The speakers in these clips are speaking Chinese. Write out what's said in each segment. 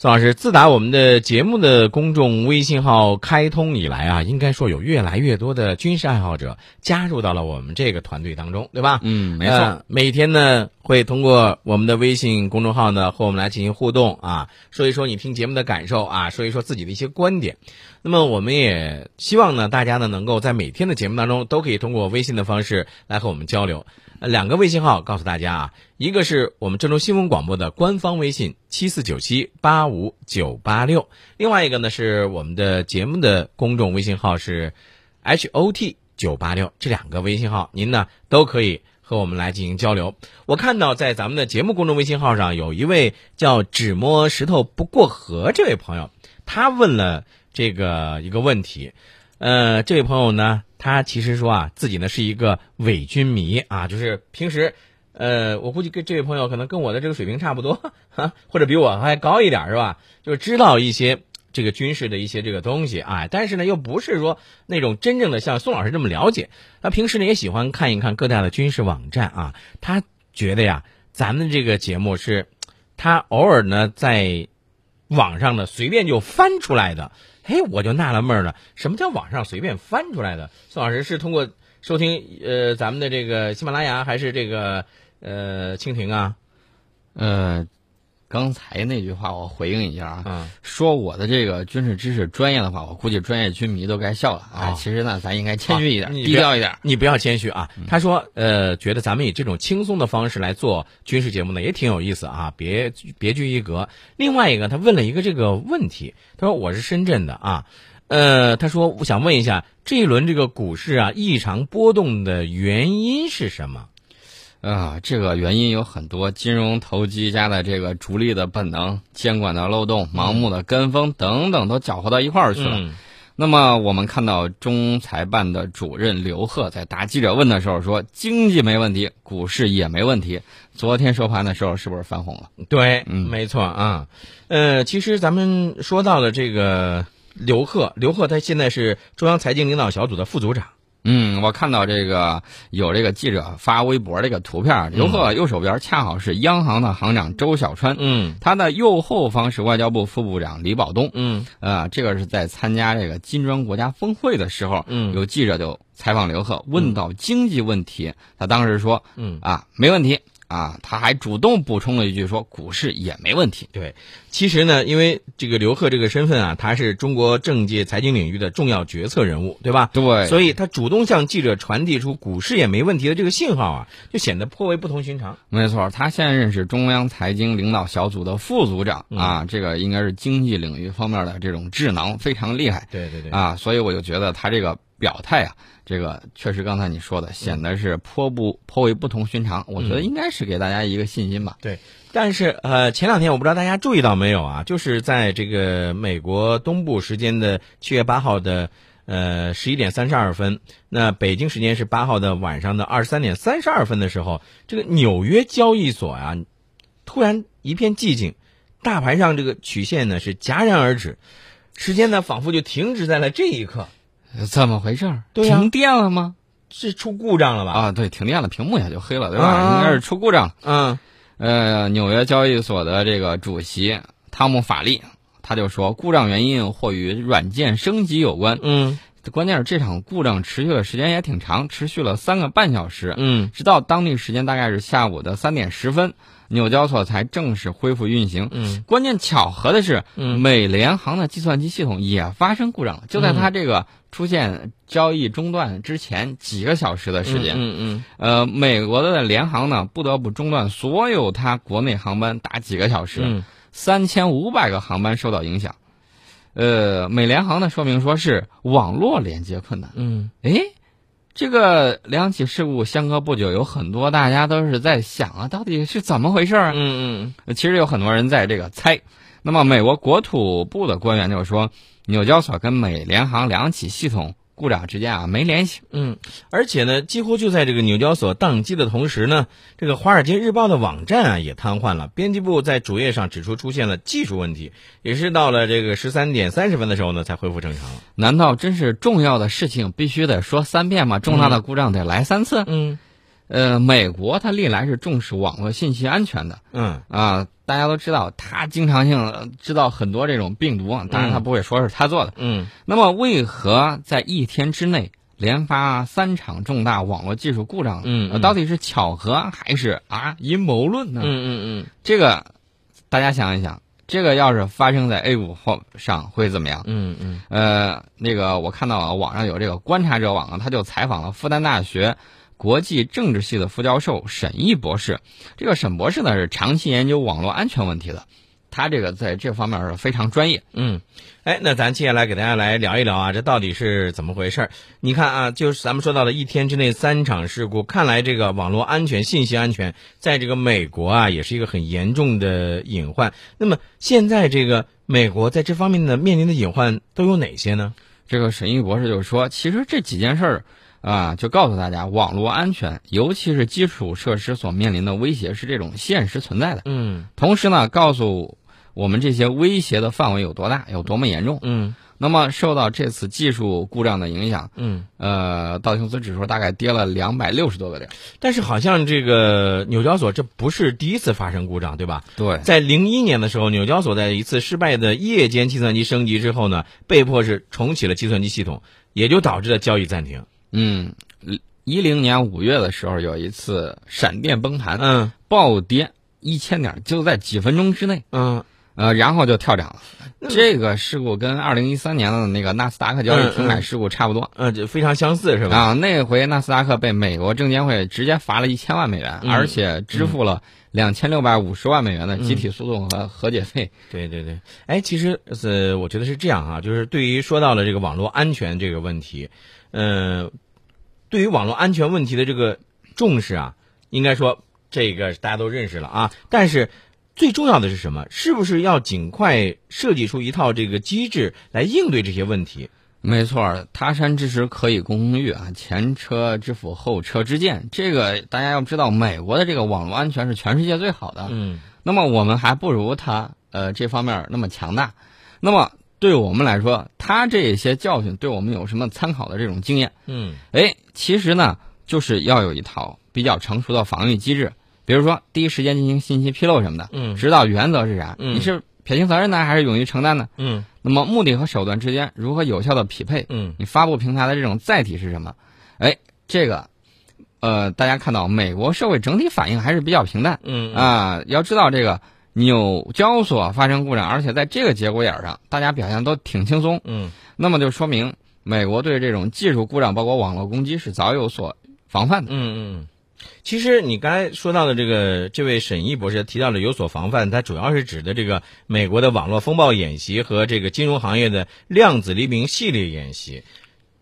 宋老师，自打我们的节目的公众微信号开通以来啊，应该说有越来越多的军事爱好者加入到了我们这个团队当中，对吧？嗯，没错。呃每天呢会通过我们的微信公众号呢和我们来进行互动啊，说一说你听节目的感受啊，说一说自己的一些观点。那么我们也希望呢大家呢能够在每天的节目当中都可以通过微信的方式来和我们交流。呃两个微信号告诉大家啊，一个是我们郑州新闻广播的官方微信七四九七八五九八六，另外一个呢是我们的节目的公众微信号是 H O T 九八六这两个微信号，您呢都可以和我们来进行交流。我看到在咱们的节目公众微信号上，有一位叫“只摸石头不过河”这位朋友，他问了这个一个问题。呃，这位朋友呢，他其实说啊，自己呢是一个伪军迷啊，就是平时，呃，我估计跟这位朋友可能跟我的这个水平差不多，哈，或者比我还高一点儿是吧？就是知道一些这个军事的一些这个东西啊，但是呢，又不是说那种真正的像宋老师这么了解。他平时呢也喜欢看一看各大的军事网站啊，他觉得呀，咱们这个节目是，他偶尔呢在网上呢随便就翻出来的。嘿，我就纳了闷儿了，什么叫网上随便翻出来的？宋老师是通过收听呃咱们的这个喜马拉雅还是这个呃蜻蜓啊？呃，刚才那句话我回应一下啊，嗯，说我的这个军事知识专业的话，我估计专业军迷都该笑了啊。哦其实呢，咱应该谦虚一啊点，你低别调一点。你不要谦虚啊。他说，呃，觉得咱们以这种轻松的方式来做军事节目呢，也挺有意思啊，别别拘一格。另外一个，他问了一个这个问题，他说我是深圳的啊，呃，他说我想问一下，这一轮这个股市啊异常波动的原因是什么？嗯啊、这个原因有很多，金融投机家的这个逐利的本能、监管的漏洞、盲目的跟风等等，都搅和到一块儿去了。嗯那么我们看到中财办的主任刘鹤在答记者问的时候说，经济没问题，股市也没问题。昨天收盘的时候是不是翻红了？对，嗯没错啊。呃，其实咱们说到了这个刘鹤，刘鹤他现在是中央财经领导小组的副组长。嗯，我看到这个有这个记者发微博这个图片，刘鹤右手边恰好是央行的行长周小川，嗯他的右后方是外交部副部长李保东。嗯啊，这个是在参加这个金砖国家峰会的时候，嗯有记者就采访刘鹤，问到经济问题，他当时说嗯，啊没问题啊，他还主动补充了一句说股市也没问题。对。其实呢，因为这个刘鹤这个身份啊，他是中国政界财经领域的重要决策人物，对吧？对，所以他主动向记者传递出股市也没问题的这个信号啊，就显得颇为不同寻常。没错，他现任是中央财经领导小组的副组长、嗯啊，这个应该是经济领域方面的这种智囊，非常厉害对对对，啊，所以我就觉得他这个表态啊，这个确实刚才你嗯说的，显得是颇不颇为不同寻常，我觉得应该是给大家一个信心吧。对，但是呃，前两天我不知道大家注意到没有啊，就是在这个美国东部时间的七月八号的呃十一点三十二分，那北京时间是八号的晚上的二十三点三十二分的时候，这个纽约交易所啊，突然一片寂静，大盘上这个曲线呢是戛然而止，时间呢仿佛就停止在了这一刻，怎么回事儿？对呀停电了吗？是出故障了吧？啊，对，停电了，屏幕也就黑了，对吧？啊应该是出故障了。嗯呃，纽约交易所的这个主席汤姆·法利，他就说，故障原因或与软件升级有关。嗯关键是这场故障持续的时间也挺长，持续了三个半小时，嗯直到当地时间大概是下午的三点十分，纽交所才正式恢复运行。嗯关键巧合的是，嗯美联航的计算机系统也发生故障了，就在它这个出现交易中断之前几个小时的时间。嗯嗯呃，美国的联航呢，不得不中断所有它国内航班达几个小时。嗯三千五百个航班受到影响。呃，美联航呢说明说是网络连接困难。嗯诶，这个两起事故相隔不久，有很多大家都是在想啊，到底是怎么回事儿啊？嗯呃其实有很多人在这个猜。那么，美国国土部的官员就说，纽交所跟美联航两起系统故障之间啊没联系。嗯，而且呢，几乎就在这个纽交所宕机的同时呢，这个《华尔街日报》的网站啊也瘫痪了。编辑部在主页上指出出现了技术问题，也是到了这个十三点三十分的时候呢才恢复正常了。难道真是重要的事情必须得说三遍吗？重大的故障得来三次？嗯呃，美国它历来是重视网络信息安全的嗯啊，大家都知道，它经常性呃知道很多这种病毒，啊当然它不会说是它做的。嗯那么，为何在一天之内连发三场重大网络技术故障呢？嗯嗯呃到底是巧合还是啊阴谋论呢？嗯嗯这个大家想一想，这个要是发生在 A 股或上会怎么样？嗯嗯呃，那个我看到啊，网上有这个观察者网啊，他就采访了复旦大学国际政治系的副教授沈毅博士。这个沈博士呢是长期研究网络安全问题的，他这个在这方面是非常专业。嗯，哎，那咱接下来给大家来聊一聊啊，这到底是怎么回事儿？你看啊，就是咱们说到的一天之内三场事故，看来这个网络安全、信息安全，在这个美国啊，也是一个很严重的隐患。那么现在这个美国在这方面的面临的隐患都有哪些呢？这个沈毅博士就说，其实这几件事儿啊，就告诉大家，网络安全，尤其是基础设施所面临的威胁是这种现实存在的。嗯同时呢，告诉我们这些威胁的范围有多大，有多么严重。嗯那么受到这次技术故障的影响，嗯。呃，道琼斯指数大概跌了两百六十多个点。但是好像这个纽交所这不是第一次发生故障，对吧？对，在零一年的时候，纽交所在一次失败的夜间计算机升级之后呢，被迫是重启了计算机系统，也就导致了交易暂停。嗯，一零年五月的时候有一次闪电崩盘，嗯暴跌一千点，就在几分钟之内，嗯呃，然后就跳涨了。这个事故跟二零一三年的那个纳斯达克交易停嗯买事故差不多。呃，这非常相似是吧？啊，那回纳斯达克被美国证监会直接罚了一千万美元，嗯而且支付了两千六百五十万美元的集体诉讼和和解费。对对对，哎，其实呃，我觉得是这样啊，就是对于说到了这个网络安全这个问题，呃，对于网络安全问题的这个重视啊，应该说这个大家都认识了啊，但是。最重要的是什么？是不是要尽快设计出一套这个机制来应对这些问题？没错，他山之石可以攻玉啊，前车之覆，后车之鉴。这个大家要知道，美国的这个网络安全是全世界最好的，嗯那么我们还不如他呃这方面那么强大。那么对我们来说，他这些教训对我们有什么参考的这种经验？嗯哎，其实呢，就是要有一套比较成熟的防御机制，比如说第一时间进行信息披露什么的，嗯指导原则是啥？嗯你是撇清责任呢，还是勇于承担呢？嗯那么目的和手段之间如何有效的匹配？嗯你发布平台的这种载体是什么？哎，这个，呃，大家看到美国社会整体反应还是比较平淡嗯啊、要知道这个纽交所发生故障，而且在这个节骨眼儿上，大家表现都挺轻松。嗯那么就说明美国对这种技术故障，包括网络攻击是早有所防范的。嗯，嗯，其实你刚才说到的这个这位沈毅博士提到了有所防范，他主要是指的这个美国的网络风暴演习和这个金融行业的量子黎明系列演习。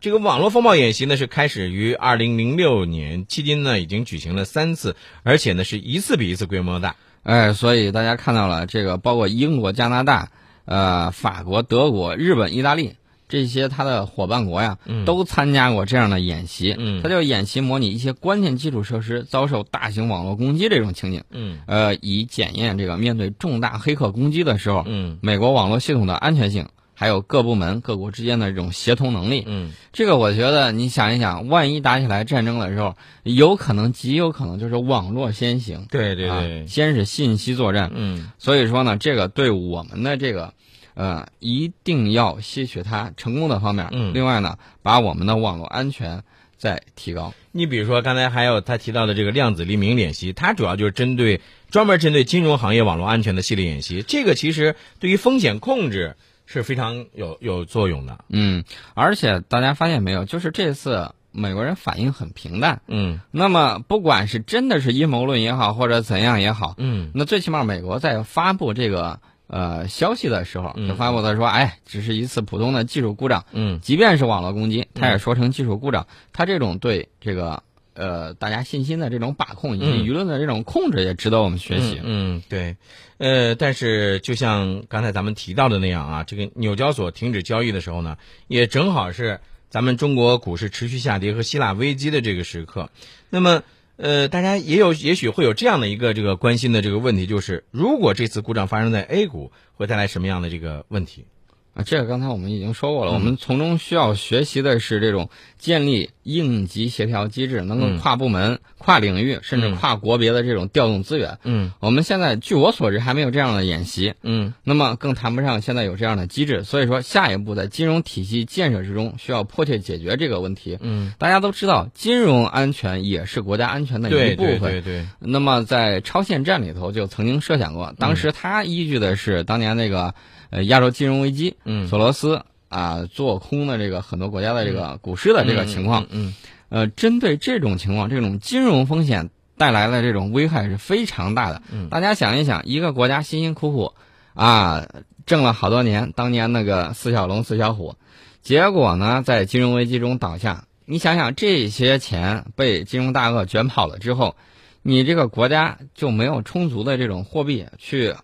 这个网络风暴演习呢是开始于二零零六年，迄今呢已经举行了三次，而且呢是一次比一次规模大。哎，所以大家看到了这个，包括英国、加拿大、呃、法国、德国、日本、意大利这些它的伙伴国呀，都参加过这样的演习。嗯它就演习模拟一些关键基础设施遭受大型网络攻击这种情景，嗯呃，以检验这个面对重大黑客攻击的时候，嗯美国网络系统的安全性，还有各部门各国之间的这种协同能力。嗯这个我觉得，你想一想，万一打起来战争的时候，有可能极有可能就是网络先行，对对对啊，先是信息作战。嗯所以说呢，这个对我们的这个，呃，一定要吸取它成功的方面。嗯另外呢，把我们的网络安全再提高。你比如说，刚才还有他提到的这个量子黎明演习，它主要就是针对专门针对金融行业网络安全的系列演习。这个其实对于风险控制是非常有有作用的。嗯，而且大家发现没有，就是这次美国人反应很平淡。嗯那么，不管是真的是阴谋论也好，或者怎样也好，嗯那最起码美国在发布这个呃消息的时候，嗯就发布的说，哎，只是一次普通的技术故障，嗯即便是网络攻击，它也说成技术故障。它这种对这个呃大家信心的这种把控以及嗯舆论的这种控制，也值得我们学习。嗯嗯对，呃，但是就像刚才咱们提到的那样啊，这个纽交所停止交易的时候呢，也正好是咱们中国股市持续下跌和希腊危机的这个时刻。那么，呃，大家也有也许会有这样的一个这个关心的这个问题，就是如果这次故障发生在 A 股，会带来什么样的这个问题？啊，这个刚才我们已经说过嗯了，我们从中需要学习的是这种建立应急协调机制，能嗯够跨部门、跨领域，甚至嗯跨国别的这种调动资源。嗯我们现在据我所知还没有这样的演习，嗯那么更谈不上现在有这样的机制。所以说，下一步在金融体系建设之中，需要迫切解决这个问题。嗯，大家都知道，金融安全也是国家安全的对一部对分。对对，那么在超限战里头就曾经设嗯想过，当时他依据的是当年那个呃亚洲金融危机，嗯，索罗斯啊做空的这个很多国家的这个股市的这个情况，嗯，呃，针对这种情况，这种金融风险带来的这种危害是非常大的。嗯大家想一想，一个国家辛辛苦苦啊挣了好多年，当年那个四小龙、四小虎，结果呢在金融危机中倒下。你想想，这些钱被金融大鳄卷跑了之后，你这个国家就没有充足的这种货币去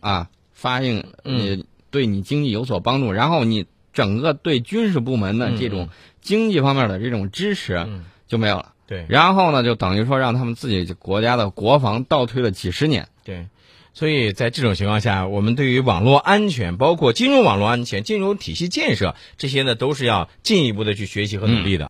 啊发应你对你经济有所帮助，然后你整个对军事部门的这嗯种经济方面的这种支持嗯就没有了。对。然后呢，就等于说让他们自己国家的国防倒退了几十年。对，所以在这种情况下，我们对于网络安全，包括金融网络安全、金融体系建设这些呢，都是要进一步的去学习和努力的。